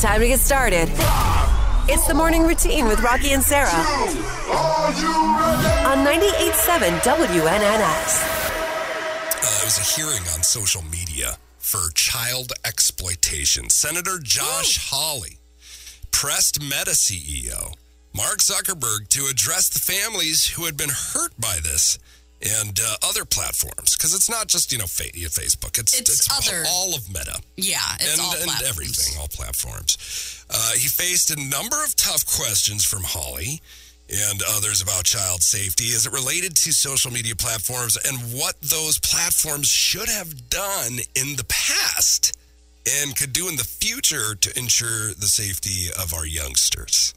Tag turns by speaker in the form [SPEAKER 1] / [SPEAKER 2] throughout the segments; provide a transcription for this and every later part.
[SPEAKER 1] Time to get started. It's the morning routine with Rocky and Sarah on 98.7 WNNX.
[SPEAKER 2] Uh, there was a hearing on social media for child exploitation. Senator Josh Hawley pressed Meta CEO Mark Zuckerberg to address the families who had been hurt by this and uh, other platforms because it's not just you know fa- yeah, Facebook. It's
[SPEAKER 3] It's other.
[SPEAKER 2] all of Meta
[SPEAKER 3] Yeah, it's
[SPEAKER 2] and,
[SPEAKER 3] all
[SPEAKER 2] and
[SPEAKER 3] platforms.
[SPEAKER 2] everything, all platforms. Uh, he faced a number of tough questions from Holly and others about child safety as it related to social media platforms and what those platforms should have done in the past and could do in the future to ensure the safety of our youngsters,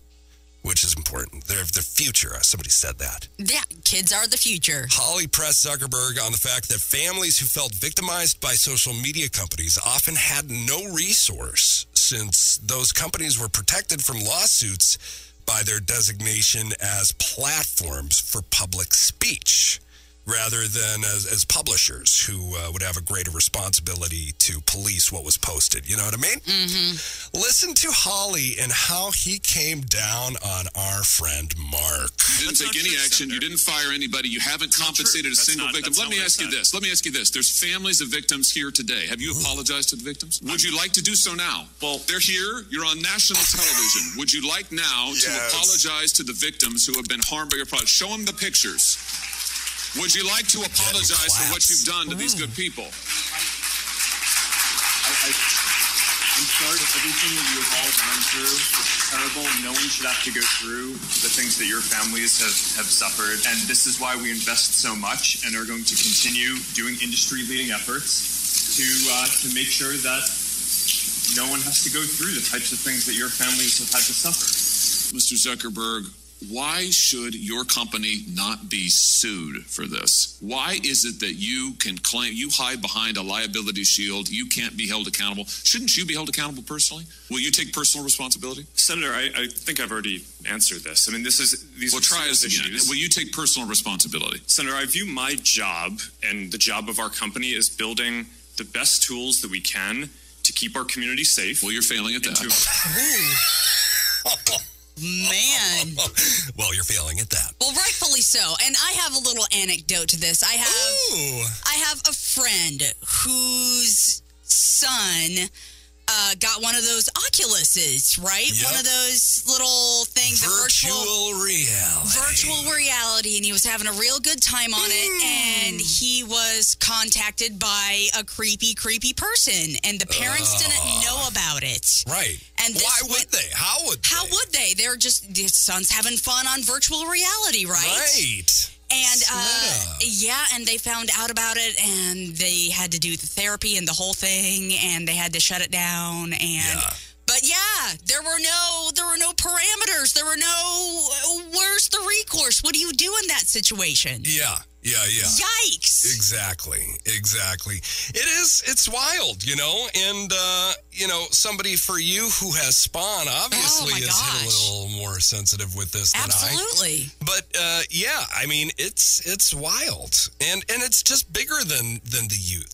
[SPEAKER 2] which is important. They're the future. Somebody said that.
[SPEAKER 3] Yeah, kids are the future.
[SPEAKER 2] Holly pressed Zuckerberg on the fact that families who felt victimized by social media companies often had no resource since those companies were protected from lawsuits by their designation as platforms for public speech rather than as, as publishers who uh, would have a greater responsibility to police what was posted. You know what I mean? Mm-hmm. Listen to Holly and how he came down on our friend Mark.
[SPEAKER 4] You didn't take
[SPEAKER 5] That's not
[SPEAKER 4] any
[SPEAKER 5] true,
[SPEAKER 4] action. You didn't
[SPEAKER 5] Senator.
[SPEAKER 4] fire anybody. You haven't
[SPEAKER 5] not
[SPEAKER 4] compensated
[SPEAKER 5] true.
[SPEAKER 4] a
[SPEAKER 5] That's
[SPEAKER 4] single
[SPEAKER 5] not-
[SPEAKER 4] victim.
[SPEAKER 5] that's
[SPEAKER 4] Let me
[SPEAKER 5] not what I
[SPEAKER 4] ask you
[SPEAKER 5] said.
[SPEAKER 4] this. Let me ask you this. There's families of victims here today. Have you apologized to the victims? Would you like to do so now? Well, they're here. You're on national television. Would you like now to
[SPEAKER 2] Yes.
[SPEAKER 4] apologize to the victims who have been harmed by your product? Show them the pictures. Would you like to apologize for what
[SPEAKER 2] claps.
[SPEAKER 4] you've done to these good people?
[SPEAKER 5] I, I, I'm sorry for everything that you have all gone through. It's terrible. No one should have to go through the things that your families have, have suffered. And this is why we invest so much and are going to continue doing industry leading efforts to, uh, to make sure that no one has to go through the types of things that your families have had to suffer.
[SPEAKER 4] Mr. Zuckerberg, why should your company not be sued for this? Why is it that you can claim you hide behind a liability shield? You can't be held accountable. Shouldn't you be held accountable personally? Will you take personal responsibility?
[SPEAKER 5] Senator, I, I think I've already answered this. I mean, this is these
[SPEAKER 4] Well, try us again. Will you take personal responsibility?
[SPEAKER 5] Senator, I view my job and the job of our company as building the best tools that we can to keep our community safe.
[SPEAKER 4] Well, you're failing at
[SPEAKER 5] and to-
[SPEAKER 4] that.
[SPEAKER 3] Man.
[SPEAKER 2] well, you're failing at that.
[SPEAKER 3] Well, rightfully so. And I have a little anecdote to this. I have
[SPEAKER 2] Ooh.
[SPEAKER 3] I have a friend whose son uh, got one of those Oculuses, right?
[SPEAKER 2] Yep.
[SPEAKER 3] One of those little things, the virtual
[SPEAKER 2] virtual reality. Mm.
[SPEAKER 3] virtual reality and he was having a real good time on it and he was contacted by a creepy creepy person and the parents didn't
[SPEAKER 2] Ah.
[SPEAKER 3] know about it
[SPEAKER 2] Right.
[SPEAKER 3] And this
[SPEAKER 2] why would
[SPEAKER 3] went-
[SPEAKER 2] they? How would
[SPEAKER 3] how
[SPEAKER 2] they?
[SPEAKER 3] would they they're just the son's having fun on virtual reality right,
[SPEAKER 2] Right.
[SPEAKER 3] and
[SPEAKER 2] Smart
[SPEAKER 3] uh,
[SPEAKER 2] up.
[SPEAKER 3] yeah and they found out about it and they had to do the therapy and the whole thing and they had to shut it down and
[SPEAKER 2] Yeah.
[SPEAKER 3] But yeah, there were no there were no parameters. There were no where's the recourse? What do you do in that situation?
[SPEAKER 2] Yeah. Yeah. Yeah.
[SPEAKER 3] Yikes!
[SPEAKER 2] Exactly. Exactly. It is. It's wild, you know. And uh, you know, somebody for you who has spawn obviously
[SPEAKER 3] Oh, my
[SPEAKER 2] is hit a
[SPEAKER 3] gosh.
[SPEAKER 2] little more sensitive with this than I.
[SPEAKER 3] Absolutely.
[SPEAKER 2] But uh, yeah, I mean, it's it's wild, and and it's just bigger than than the youth.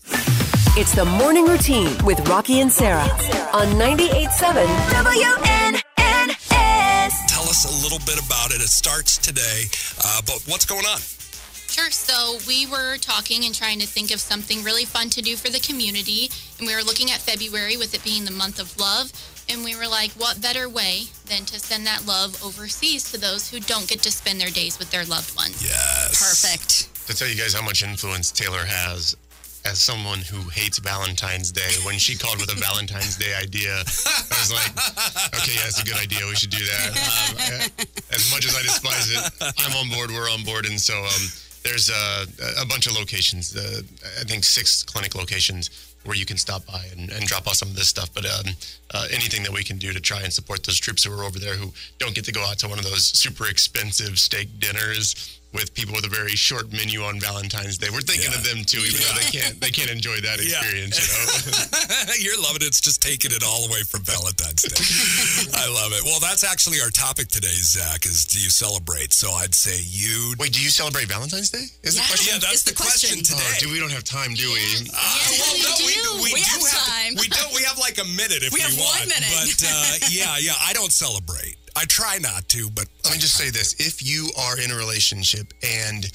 [SPEAKER 1] It's the morning routine with Rocky and Sarah on 98.7 WNNX.
[SPEAKER 2] Tell us a little bit about it. It starts today, uh, but what's going on?
[SPEAKER 6] Sure. So we were talking and trying to think of something really fun to do for the community. And we were looking at February with it being the month of love. And we were like, what better way than to send that love overseas to those who don't get to spend their days with their loved ones?
[SPEAKER 2] Yes.
[SPEAKER 3] Perfect.
[SPEAKER 7] to tell you guys how much influence Taylor has as someone who hates Valentine's Day. When she called with a Valentine's Day idea, I was like, okay, yeah, that's a good idea. We should do that. Um, I- as much as I despise it, I'm on board. We're on board. And so um, there's a, a bunch of locations, uh, I think six clinic locations where you can stop by and, and drop off some of this stuff. But um, uh, anything that we can do to try and support those troops who are over there who don't get to go out to one of those super expensive steak dinners with people with a very short menu on Valentine's Day. We're thinking of them too, even though they can't they can't enjoy that
[SPEAKER 2] Yeah.
[SPEAKER 7] experience. You know,
[SPEAKER 2] You're loving it. It's just taking it all away from Valentine's Day. I love it. Well, that's actually our topic today, Zach, is do you celebrate? So I'd say you.
[SPEAKER 7] wait, do you celebrate Valentine's Day? Is
[SPEAKER 3] Yeah.
[SPEAKER 7] the question?
[SPEAKER 2] Yeah,
[SPEAKER 3] It's
[SPEAKER 2] that's
[SPEAKER 3] the
[SPEAKER 2] the, question,
[SPEAKER 3] question.
[SPEAKER 7] Oh,
[SPEAKER 2] today. Uh,
[SPEAKER 7] dude, we don't have time, do we? Uh,
[SPEAKER 3] Yes, we do. We have time.
[SPEAKER 2] We don't. We have like a minute if we,
[SPEAKER 3] We have one
[SPEAKER 2] want.
[SPEAKER 3] minute.
[SPEAKER 2] But uh, yeah, yeah, I don't celebrate. I try not to, but
[SPEAKER 7] Let me just say this: if you are in a relationship and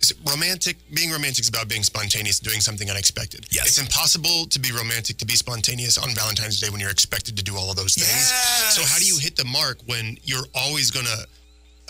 [SPEAKER 7] is it romantic, being romantic is about being spontaneous, doing something unexpected.
[SPEAKER 2] Yes.
[SPEAKER 7] it's impossible to be romantic, to be spontaneous on Valentine's Day when you're expected to do all of those things.
[SPEAKER 2] Yes.
[SPEAKER 7] So how do you hit the mark when you're always gonna?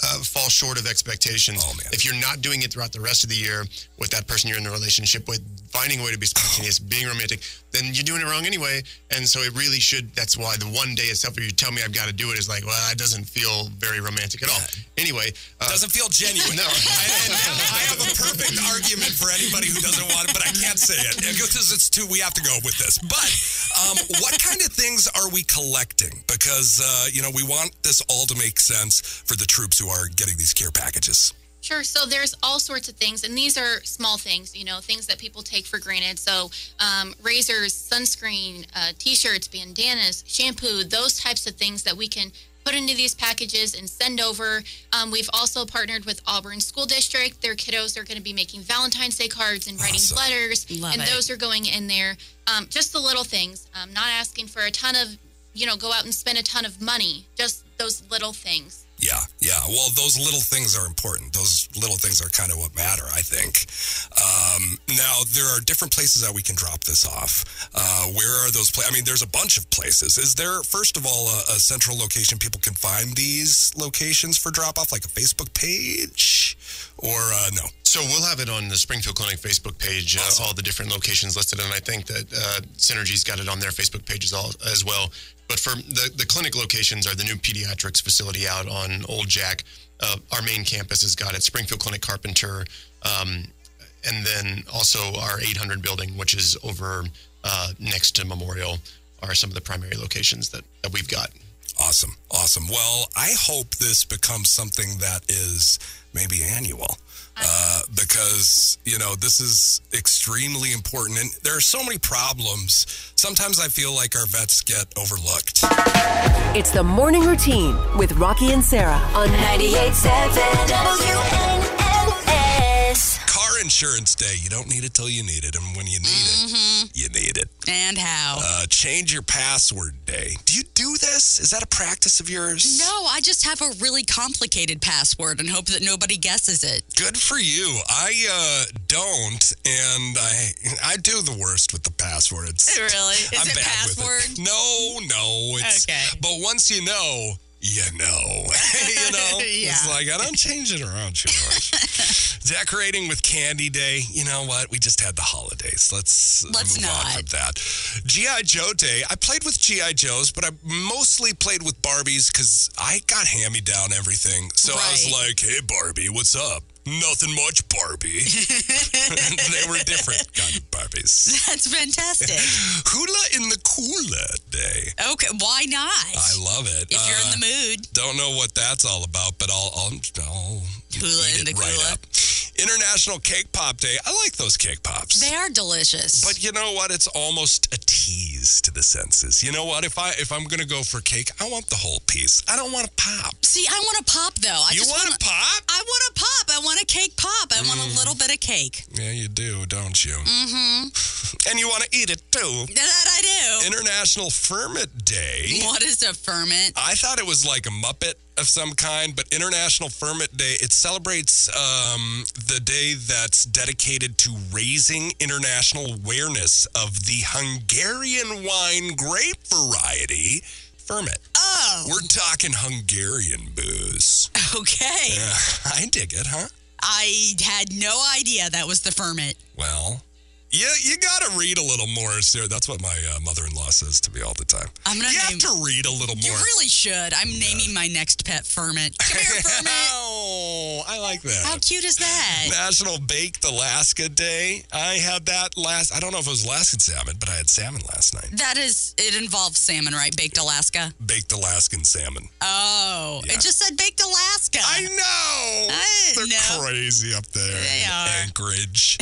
[SPEAKER 7] Uh, fall short of expectations.
[SPEAKER 2] Oh, man.
[SPEAKER 7] If you're not doing it throughout the rest of the year with that person you're in a relationship with, finding a way to be spontaneous, being romantic, then you're doing it wrong anyway. And so it really should. That's why the one day itself, where you tell me I've got to do it, is like, well, it doesn't feel very romantic at all. Anyway, uh,
[SPEAKER 2] doesn't feel genuine.
[SPEAKER 7] No.
[SPEAKER 2] I, and I have a perfect argument for anybody who doesn't want it, but I can't say it because it's too. We have to go with this. But um, what kind of things are we collecting? Because uh, you know we want this all to make sense for the troops who are getting these care packages.
[SPEAKER 6] Sure. So there's all sorts of things, and these are small things, you know, things that people take for granted. So um, razors, sunscreen, uh, t-shirts, bandanas, shampoo, those types of things that we can put into these packages and send over. Um, we've also partnered with Auburn School District. Their kiddos are going to be making Valentine's Day cards and writing
[SPEAKER 2] Awesome.
[SPEAKER 6] letters,
[SPEAKER 3] Love
[SPEAKER 6] and
[SPEAKER 3] it.
[SPEAKER 6] those are going in there. Um, just the little things. Um, not asking for a ton of, you know, go out and spend a ton of money. Just those little things.
[SPEAKER 2] Yeah, yeah. Well, those little things are important. Those little things are kind of what matter, I think. Um, now, there are different places that we can drop this off. Uh, where are those places? I mean, there's a bunch of places. Is there, first of all, a, a central location people can find these locations for drop off, like a Facebook page? Or uh, no?
[SPEAKER 7] So we'll have it on the Springfield Clinic Facebook page, uh, all the different locations listed, and I think that uh, Synergy's got it on their Facebook page as, all, as well. But for the, the clinic locations are the new pediatrics facility out on Old Jack. Uh, our main campus has got it, Springfield Clinic Carpenter, um, and then also our 800 building, which is over uh, next to Memorial, are some of the primary locations that, that we've got.
[SPEAKER 2] Awesome. Awesome. Well, I hope this becomes something that is maybe annual. Uh, because you know this is extremely important, and there are so many problems. Sometimes I feel like our vets get overlooked.
[SPEAKER 1] It's the morning routine with Rocky and Sarah on 98.7 WNNS.
[SPEAKER 2] Car insurance day, you don't need it till you need it, and when you need it, you need it.
[SPEAKER 3] And how?
[SPEAKER 2] Uh, change your password day. Do you do this? Is that a practice of yours?
[SPEAKER 3] no, I just have a really complicated password and hope that nobody guesses it.
[SPEAKER 2] Good for you. I uh, don't, and I I do the worst with the password. It's,
[SPEAKER 3] Really? Is
[SPEAKER 2] I'm
[SPEAKER 3] it
[SPEAKER 2] bad
[SPEAKER 3] password?
[SPEAKER 2] With it. No, no. It's,
[SPEAKER 3] Okay.
[SPEAKER 2] But once you know, you know. you know? It's
[SPEAKER 3] Yeah.
[SPEAKER 2] like, I don't change it around too much. Decorating with Candy Day. You know what? We just had the holidays. Let's, uh,
[SPEAKER 3] Let's
[SPEAKER 2] move on
[SPEAKER 3] not.
[SPEAKER 2] from that. G.I. Joe Day. I played with G.I. Joes, but I mostly played with Barbies because I got hand me down everything. So I was
[SPEAKER 3] Right.
[SPEAKER 2] like, hey, Barbie, what's up? Nothing much, Barbie. and they were different kind of Barbies.
[SPEAKER 3] That's fantastic.
[SPEAKER 2] Hula in the cooler day.
[SPEAKER 3] okay, why not?
[SPEAKER 2] I love it. Uh,
[SPEAKER 3] if you're in the mood,
[SPEAKER 2] don't know what that's all about, but I'll I'll, I'll
[SPEAKER 3] Hula
[SPEAKER 2] eat
[SPEAKER 3] in the
[SPEAKER 2] it right
[SPEAKER 3] cooler.
[SPEAKER 2] up. International Cake Pop Day. I like those cake pops.
[SPEAKER 3] they are delicious.
[SPEAKER 2] but you know what? It's almost a tease to the senses. You know what? If I if I'm gonna go for cake, I want the whole piece. I don't want a pop.
[SPEAKER 3] See, I want a pop though. I
[SPEAKER 2] you
[SPEAKER 3] just
[SPEAKER 2] want Mm. a pop?
[SPEAKER 3] I want a pop. I want a cake pop. I want a little bit of cake.
[SPEAKER 2] Yeah, you do, don't you? Mm-hmm. and you want to eat it too.
[SPEAKER 3] That I do.
[SPEAKER 2] International Ferment Day.
[SPEAKER 3] what is a ferment?
[SPEAKER 2] I thought it was like a Muppet of some kind, but International Ferment Day, it celebrates um, the day that's dedicated to raising international awareness of the Hungarian wine grape variety, Ferment.
[SPEAKER 3] Oh,
[SPEAKER 2] We're talking Hungarian booze.
[SPEAKER 3] okay.
[SPEAKER 2] Yeah, I dig it, huh?
[SPEAKER 3] I had no idea that was the ferment.
[SPEAKER 2] Well, yeah, you gotta read a little more, sir. That's what my uh, mother-in-law says to me all the time.
[SPEAKER 3] I'm gonna
[SPEAKER 2] you have
[SPEAKER 3] name-
[SPEAKER 2] to read a little
[SPEAKER 3] You
[SPEAKER 2] more.
[SPEAKER 3] really should. I'm naming my next pet ferment. Come here, ferment.
[SPEAKER 2] Oh, I like that.
[SPEAKER 3] How cute is that?
[SPEAKER 2] National Baked Alaska Day. I had that last. I don't know if it was Alaskan salmon, but I had salmon last night.
[SPEAKER 3] That is, it involves salmon, right? Baked Alaska.
[SPEAKER 2] Baked Alaskan salmon.
[SPEAKER 3] Oh,
[SPEAKER 2] Yeah.
[SPEAKER 3] it just said baked Alaska.
[SPEAKER 2] I know.
[SPEAKER 3] I
[SPEAKER 2] They're
[SPEAKER 3] didn't know.
[SPEAKER 2] crazy up there.
[SPEAKER 3] They
[SPEAKER 2] in
[SPEAKER 3] are.
[SPEAKER 2] Anchorage.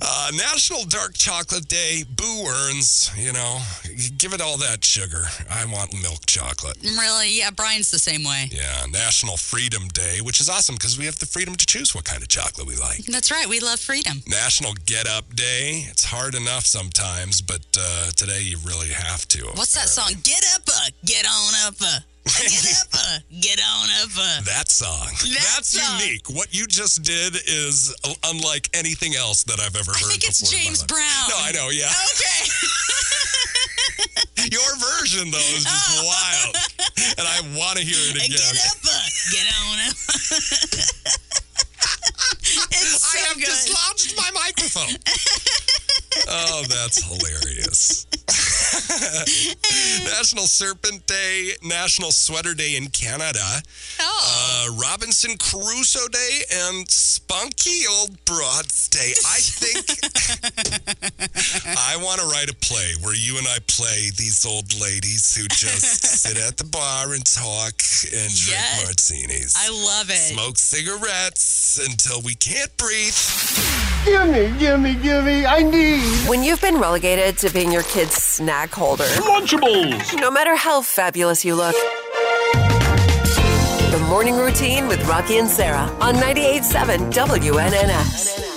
[SPEAKER 2] uh, National Dark Chocolate Day. Boo earns. You know, give it all that sugar. I want milk chocolate.
[SPEAKER 3] really? Yeah, Brian's the same way.
[SPEAKER 2] Yeah, National Freedom Day, which is awesome because we have the freedom to choose what kind of chocolate we like.
[SPEAKER 3] That's right. We love freedom.
[SPEAKER 2] National Get Up Day. It's hard enough sometimes, but uh, today you really have to.
[SPEAKER 3] What's that song? Get up, uh, get on up, uh, get up, uh, get on up. Uh.
[SPEAKER 2] That song. That's
[SPEAKER 3] song.
[SPEAKER 2] unique. What you just did is uh, unlike anything else that I've ever
[SPEAKER 3] I
[SPEAKER 2] heard.
[SPEAKER 3] think it's
[SPEAKER 2] before in my
[SPEAKER 3] James
[SPEAKER 2] life.
[SPEAKER 3] Brown.
[SPEAKER 2] No, I know. Yeah,
[SPEAKER 3] Okay.
[SPEAKER 2] your version though is just wild, and I want to hear it again.
[SPEAKER 3] Get up, uh, get on up. it's so
[SPEAKER 2] I have
[SPEAKER 3] good.
[SPEAKER 2] dislodged my microphone. oh, that's hilarious. National Serpent Day, National Sweater Day in Canada,
[SPEAKER 3] oh,
[SPEAKER 2] uh, Robinson Crusoe Day, and Spunky Old Broads Day. I think I want to write a play where you and I play these old ladies who just sit at the bar and talk and drink
[SPEAKER 3] Yes.
[SPEAKER 2] martinis
[SPEAKER 3] I love it.
[SPEAKER 2] smoke cigarettes until we can't breathe.
[SPEAKER 8] Gimme, gimme, gimme, I need
[SPEAKER 1] When you've been relegated to being your kid's snack holder,
[SPEAKER 8] Lunchables!
[SPEAKER 1] no matter how fabulous you look, the morning routine with Rocky and Sarah on 98.7 WNNS.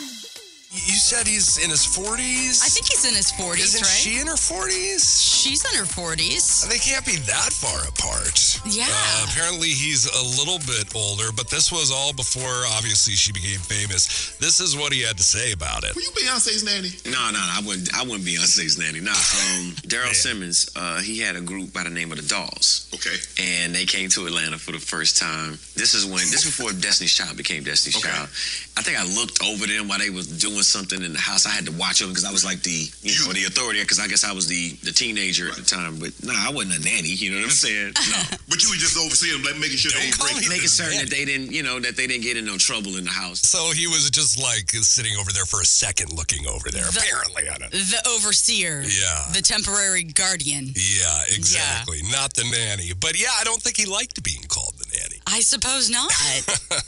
[SPEAKER 2] You said he's in his 40s?
[SPEAKER 3] I think he's in his 40s,
[SPEAKER 2] Isn't
[SPEAKER 3] right?
[SPEAKER 2] she in her 40s?
[SPEAKER 3] She's in her 40s.
[SPEAKER 2] They can't be that far apart.
[SPEAKER 3] Yeah.
[SPEAKER 2] Uh, apparently, he's a little bit older, but this was all before, obviously, she became famous. This is what he had to say about it.
[SPEAKER 9] Were you Beyonce's nanny?
[SPEAKER 10] No, no, no, I wouldn't. I wouldn't be Beyonce's nanny. Nah. Um, Daryl Simmons. Uh, he had a group by the name of the Dolls,
[SPEAKER 9] Okay.
[SPEAKER 10] and they came to Atlanta for the first time. This is when. This before Destiny's Child became Destiny's
[SPEAKER 9] Okay.
[SPEAKER 10] Child. I think I looked over them while they was doing something in the house. I had to watch them because I was like the you know the authority because I guess I was the the teenager at the time. But no, I wasn't a nanny. You know what I'm saying? No.
[SPEAKER 9] But you were just overseeing them, like making sure they ain't
[SPEAKER 2] call
[SPEAKER 9] breaking.
[SPEAKER 2] me-
[SPEAKER 10] Making certain that they didn't, you know, that they didn't get in no trouble in the house.
[SPEAKER 2] So he was just like sitting over there for a second, looking over there,
[SPEAKER 3] The-
[SPEAKER 2] apparently. I don't
[SPEAKER 3] The overseer.
[SPEAKER 2] Yeah.
[SPEAKER 3] The temporary guardian.
[SPEAKER 2] Yeah, exactly. Not the nanny. But yeah, I don't think he liked being called the nanny.
[SPEAKER 3] I suppose not.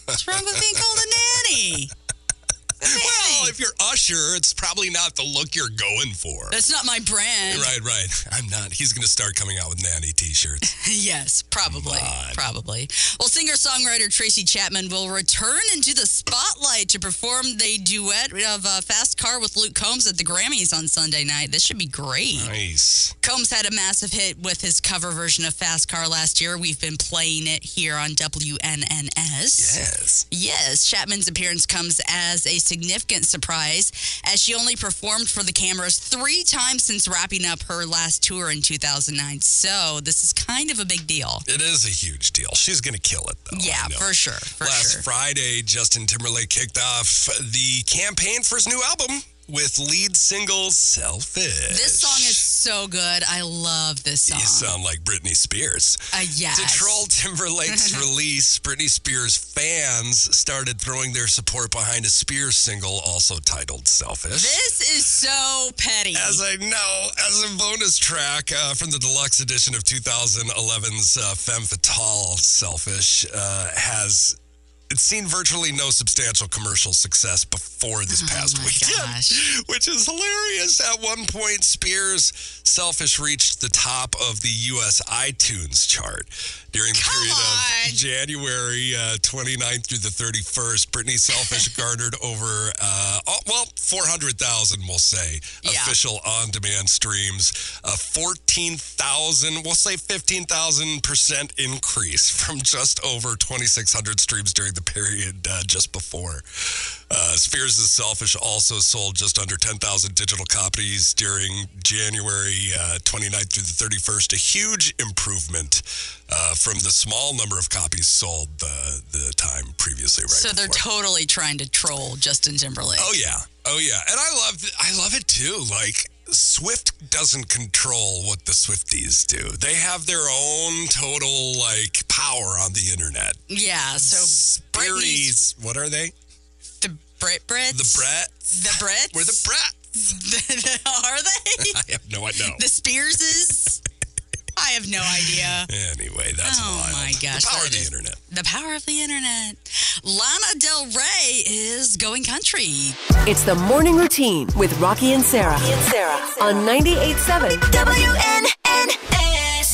[SPEAKER 3] What's wrong with being called a nanny?
[SPEAKER 2] Well,
[SPEAKER 3] Nanny.
[SPEAKER 2] if you're Usher, it's probably not the look you're going for.
[SPEAKER 3] That's not my brand.
[SPEAKER 2] Right, right. I'm not. He's going to start coming out with nanny t-shirts.
[SPEAKER 3] Yes, probably.
[SPEAKER 2] Mod.
[SPEAKER 3] Probably. Well, singer songwriter Tracy Chapman will return into the spotlight to perform the duet of uh, Fast Car with Luke Combs at the Grammys on Sunday night. This should be great.
[SPEAKER 2] Nice.
[SPEAKER 3] Combs had a massive hit with his cover version of Fast Car last year. We've been playing it here on WNNS.
[SPEAKER 2] Yes.
[SPEAKER 3] Yes, Chapman's appearance comes as a significant surprise as she only performed for the cameras three times since wrapping up her last tour in 2009. So this is kind of a big deal.
[SPEAKER 2] It is a huge deal. She's going to kill it, though.
[SPEAKER 3] yeah,
[SPEAKER 2] Oh, I know.
[SPEAKER 3] for sure. For
[SPEAKER 2] Last
[SPEAKER 3] sure.
[SPEAKER 2] Friday, Justin Timberlake kicked off the campaign for his new album with lead single Selfish.
[SPEAKER 3] This song is so good. I love this song.
[SPEAKER 2] You sound like Britney Spears.
[SPEAKER 3] uh, yes.
[SPEAKER 2] To troll Timberlake's release, Britney Spears fans started throwing their support behind a Spears single, also titled Selfish.
[SPEAKER 3] This is so petty.
[SPEAKER 2] As I know, as a bonus track uh, from the deluxe edition of 2011's uh, Femme Fatale Selfish, uh, has it's seen virtually no substantial commercial success before this past
[SPEAKER 3] Oh my
[SPEAKER 2] weekend,
[SPEAKER 3] gosh.
[SPEAKER 2] which is hilarious. At one point, Spears Selfish reached the top of the U.S. iTunes chart during the period
[SPEAKER 3] on.
[SPEAKER 2] of January uh, 29th through the 31st. Britney Selfish garnered over, uh, oh, well, 400,000, we'll say,
[SPEAKER 3] Yeah.
[SPEAKER 2] official on demand streams, a 14,000, we'll say 15,000% increase from just over 2,600 streams during the period uh, just before. Uh, Spheres is Selfish also sold just under 10,000 digital copies during January uh, 29th through the 31st, a huge improvement uh, from the small number of copies sold the, the time previously. Right
[SPEAKER 3] so they're
[SPEAKER 2] before.
[SPEAKER 3] totally trying to troll Justin Timberlake.
[SPEAKER 2] Oh yeah, oh yeah, and I love I love it too. Like Swift doesn't control what the Swifties do. They have their own total like power on the internet.
[SPEAKER 3] Yeah, so Britney's
[SPEAKER 2] Theories, what are they?
[SPEAKER 3] the Brit Brits.
[SPEAKER 2] The Brett?
[SPEAKER 3] The Brits.
[SPEAKER 2] We're the Brett.
[SPEAKER 3] Brits. Are they?
[SPEAKER 2] I have no idea.
[SPEAKER 3] The Spearses? I have no idea.
[SPEAKER 2] Anyway, that's
[SPEAKER 3] Oh
[SPEAKER 2] wild.
[SPEAKER 3] my gosh,
[SPEAKER 2] The power
[SPEAKER 3] that
[SPEAKER 2] of the
[SPEAKER 3] is-
[SPEAKER 2] internet.
[SPEAKER 3] The power of the internet. Lana Del Rey is going country.
[SPEAKER 1] It's the morning routine with Rocky and Sarah. On 98.7 WNNS.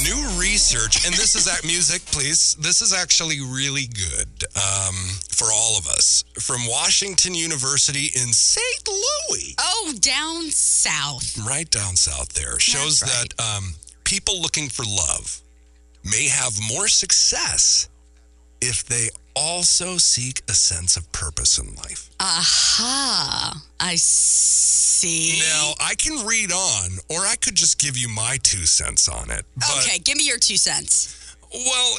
[SPEAKER 2] New research, and this is that music, please. This is actually really good um, for all of us from Washington University in St. Louis,
[SPEAKER 3] Oh, down south.
[SPEAKER 2] right down south there, shows
[SPEAKER 3] right.
[SPEAKER 2] that um, people looking for love may have more success if they also seek a sense of purpose in life.
[SPEAKER 3] Aha. I see.
[SPEAKER 2] Now, I can read on, or I could just give you my two cents on it. But
[SPEAKER 3] okay, give me your two cents.
[SPEAKER 2] Well,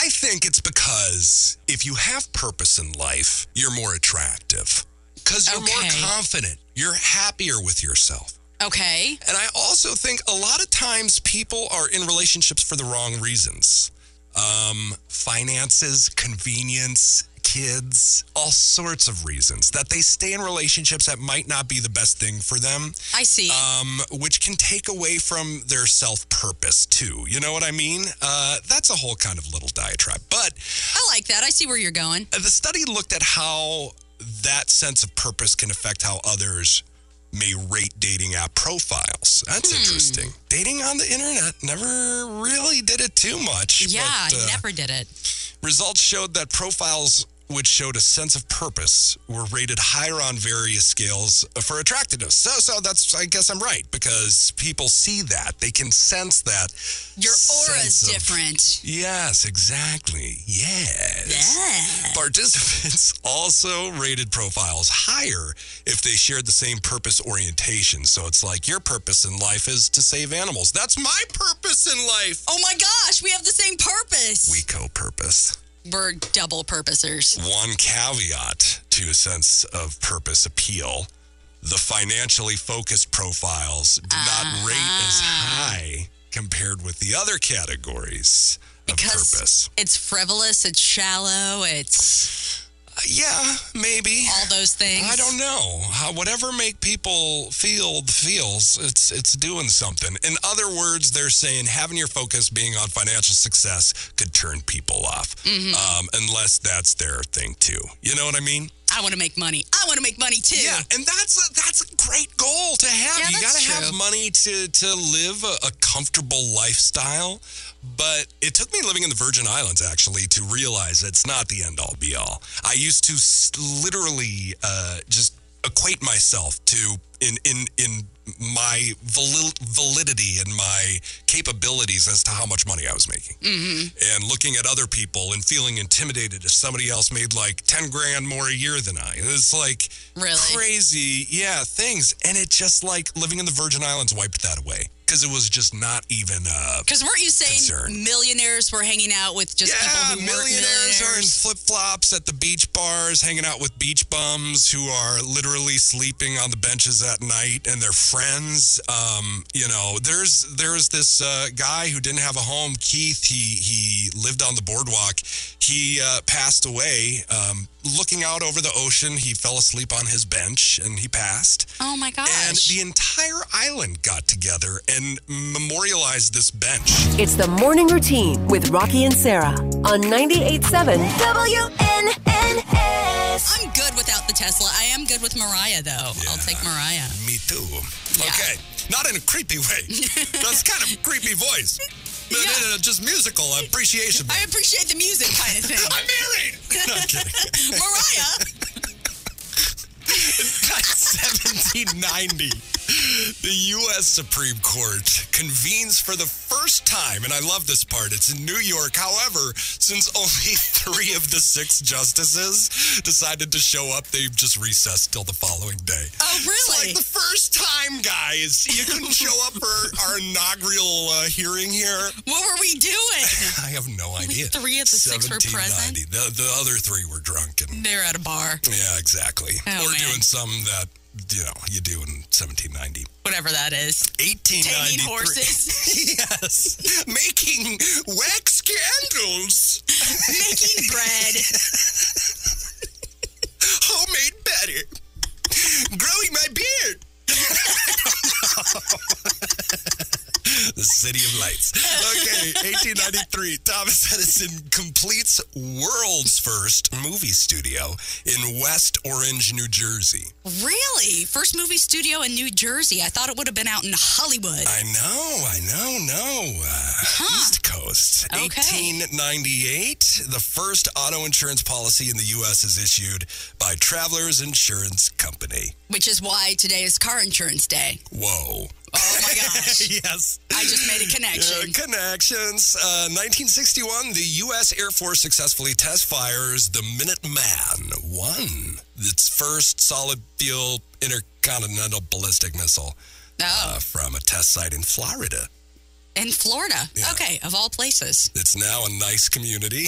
[SPEAKER 2] I think it's because if you have purpose in life, you're more attractive because you're more
[SPEAKER 3] Okay.
[SPEAKER 2] confident. You're happier with yourself.
[SPEAKER 3] Okay.
[SPEAKER 2] And I also think a lot of times people are in relationships for the wrong reasons um, finances, convenience, kids, all sorts of reasons that they stay in relationships that might not be the best thing for them
[SPEAKER 3] I see.
[SPEAKER 2] um, which can take away from their self purpose too. You know what I mean? Uh, that's a whole kind of little diatribe. But
[SPEAKER 3] I like that. I see where you're going.
[SPEAKER 2] the study looked at how that sense of purpose can affect how others may rate dating app profiles. That's
[SPEAKER 3] Hmm.
[SPEAKER 2] interesting. Dating on the internet never really did it too much.
[SPEAKER 3] Yeah,
[SPEAKER 2] but, uh,
[SPEAKER 3] I never did it.
[SPEAKER 2] Results showed that profiles which showed a sense of purpose were rated higher on various scales for attractiveness. So, so that's I guess I'm right because people see that they can sense that
[SPEAKER 3] Your aura is
[SPEAKER 2] sense of-
[SPEAKER 3] different.
[SPEAKER 2] Yes, exactly. Yes.
[SPEAKER 3] Yeah.
[SPEAKER 2] Participants also rated profiles higher if they shared the same purpose orientation. So it's like your purpose in life is to save animals. That's my purpose in life.
[SPEAKER 3] Oh my gosh, we have the same
[SPEAKER 2] We
[SPEAKER 3] purpose.
[SPEAKER 2] co-purpose.
[SPEAKER 3] We- are double purposers.
[SPEAKER 2] one caveat to a sense of purpose appeal. The financially focused profiles do
[SPEAKER 3] Uh-huh.
[SPEAKER 2] not rate as high compared with the other categories of
[SPEAKER 3] Because
[SPEAKER 2] purpose.
[SPEAKER 3] it's frivolous, it's shallow, it's
[SPEAKER 2] Uh, yeah, maybe.
[SPEAKER 3] all those things.
[SPEAKER 2] I don't know. How, whatever make people feel the feels, it's it's doing something. In other words, they're saying having your focus being on financial success could turn people off, um, unless that's their thing too. You know what I mean?
[SPEAKER 3] I want to make money. I want to make money too.
[SPEAKER 2] Yeah, and that's a, that's a great goal to have.
[SPEAKER 3] Yeah,
[SPEAKER 2] you
[SPEAKER 3] that's
[SPEAKER 2] got to have
[SPEAKER 3] true.
[SPEAKER 2] money to to live a, a comfortable lifestyle. But it took me living in the Virgin Islands actually to realize it's not the end all be all. I used to s- literally uh, just equate myself to in in in my vali- validity and my capabilities as to how much money I was making and looking at other people and feeling intimidated if somebody else made like 10 grand more a year than I. It's like
[SPEAKER 3] Really?
[SPEAKER 2] crazy, yeah, things. And it just like living in the Virgin Islands wiped that away because it was just not even uh
[SPEAKER 3] Because weren't you saying
[SPEAKER 2] Concern.
[SPEAKER 3] millionaires were hanging out with just people who
[SPEAKER 2] millionaires,
[SPEAKER 3] weren't
[SPEAKER 2] are in
[SPEAKER 3] millionaires?
[SPEAKER 2] flip flops at the beach bars, hanging out with beach bums who are literally sleeping on the benches at night and their friends. Um, you know, there's there's this uh, guy who didn't have a home, Keith. He he lived on the boardwalk. He uh, passed away um, looking out over the ocean. He fell asleep on his bench and he passed.
[SPEAKER 3] oh my gosh.
[SPEAKER 2] And the entire island got together and memorialized this bench.
[SPEAKER 1] It's the morning routine with Rocky and Sarah. On 98.7 WNNS.
[SPEAKER 3] I'm good without the Tesla. I am good with Mariah though. I'll take Mariah.
[SPEAKER 2] Me too. Okay. Not in a creepy way. That's kind of a creepy voice. But
[SPEAKER 3] Yeah.
[SPEAKER 2] in a just musical appreciation.
[SPEAKER 3] I appreciate the music kind of thing.
[SPEAKER 2] I'm married. No, I'm kidding.
[SPEAKER 3] Mariah.
[SPEAKER 2] That's 1790. The U.S. Supreme Court convenes for the first time, and I love this part. It's in New York. However, since only three of the six justices decided to show up, they've just recessed till the following day.
[SPEAKER 3] Oh really?
[SPEAKER 2] It's like the first time, guys. You couldn't show up for our inaugural uh, hearing here.
[SPEAKER 3] what were we doing?
[SPEAKER 2] I have no idea.
[SPEAKER 3] three of the six were present?
[SPEAKER 2] 1790. The, the other three were drunk and
[SPEAKER 3] They're at a bar.
[SPEAKER 2] yeah, exactly.
[SPEAKER 3] Oh,
[SPEAKER 2] or
[SPEAKER 3] man.
[SPEAKER 2] doing something that you know, you do in 1790.
[SPEAKER 3] Whatever that is.
[SPEAKER 2] 1893.
[SPEAKER 3] Taming horses.
[SPEAKER 2] yes. Making wax candles.
[SPEAKER 3] Making bread.
[SPEAKER 2] Homemade butter. Growing my beard. the City of Lights. Okay, 1893. Thomas Edison completes world's first movie studio in West Orange, New Jersey.
[SPEAKER 3] Really? First movie studio in New Jersey. I thought it would have been out in Hollywood.
[SPEAKER 2] I know, I know, no. Uh, East Coast.
[SPEAKER 3] Okay.
[SPEAKER 2] 1898, the first auto insurance policy in the U.S. is issued by Travelers Insurance Company.
[SPEAKER 3] Which is why today is car insurance day.
[SPEAKER 2] Whoa.
[SPEAKER 3] Oh my gosh.
[SPEAKER 2] yes.
[SPEAKER 3] I just made a connection.
[SPEAKER 2] Yeah, connections. Uh, 1961, the U.S. Air Force successfully test fires the Minuteman I, its first solid fuel intercontinental ballistic missile
[SPEAKER 3] Oh,
[SPEAKER 2] uh, from a test site in Florida.
[SPEAKER 3] in Florida. Okay, of all places.
[SPEAKER 2] It's now a nice community,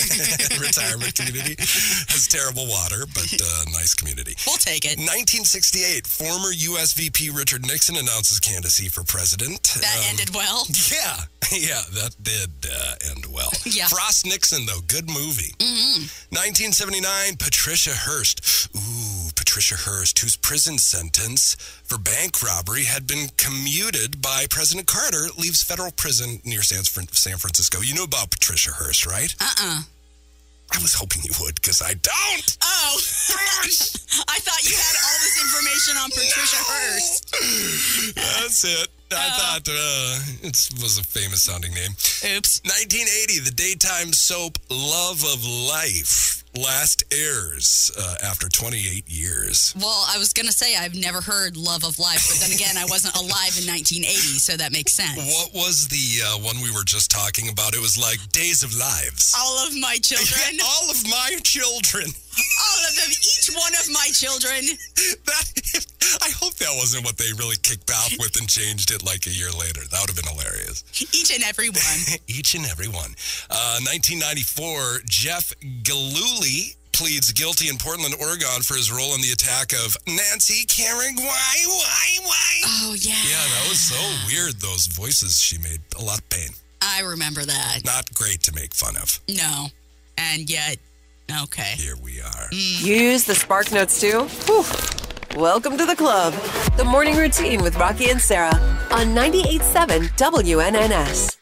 [SPEAKER 2] retirement community. Has terrible water, but uh, nice community.
[SPEAKER 3] We'll take it.
[SPEAKER 2] 1968, former U.S. VP Richard Nixon announces candidacy for president.
[SPEAKER 3] That
[SPEAKER 2] Um,
[SPEAKER 3] ended well.
[SPEAKER 2] Yeah, yeah, that did uh, end well.
[SPEAKER 3] Yeah.
[SPEAKER 2] Frost Nixon, though, good movie. 1979, Patricia Hearst. Ooh, Patricia Hearst, whose prison sentence for bank robbery had been commuted by President Carter, leaves federal prison near San, Fran- San Francisco. You know about Patricia Hearst, right?
[SPEAKER 3] Uh uh
[SPEAKER 2] I was hoping you would, because I don't.
[SPEAKER 3] Oh, I thought you had all this information on Patricia Hearst.
[SPEAKER 2] That's it. I thought uh, it was a famous sounding name.
[SPEAKER 3] Oops.
[SPEAKER 2] 1980, the daytime soap Love of Life last airs uh, after 28 years.
[SPEAKER 3] Well, I was going to say I've never heard Love of Life, but then again, I wasn't alive in 1980, so that makes sense.
[SPEAKER 2] What was the uh, one we were just talking about? It was like Days of Lives.
[SPEAKER 3] All of my children,
[SPEAKER 2] All of my children.
[SPEAKER 3] all of them, each one of my children.
[SPEAKER 2] That I hope that wasn't what they really kicked off with and changed it like a year later. That would have been hilarious.
[SPEAKER 3] Each and every one.
[SPEAKER 2] Each and every one. Uh, 1994, Jeff Gillooly pleads guilty in Portland, Oregon for his role in the attack of Nancy Kerrig. Why, why, why?
[SPEAKER 3] Oh, yeah.
[SPEAKER 2] Yeah, that was so weird, those voices she made. A lot of pain.
[SPEAKER 3] I remember that.
[SPEAKER 2] Not great to make fun of.
[SPEAKER 3] No. And yet, okay.
[SPEAKER 2] Here we are.
[SPEAKER 1] Use the spark notes too. Whew. Welcome to the club. The morning routine with Rocky and Sarah on 98.7 WNNS.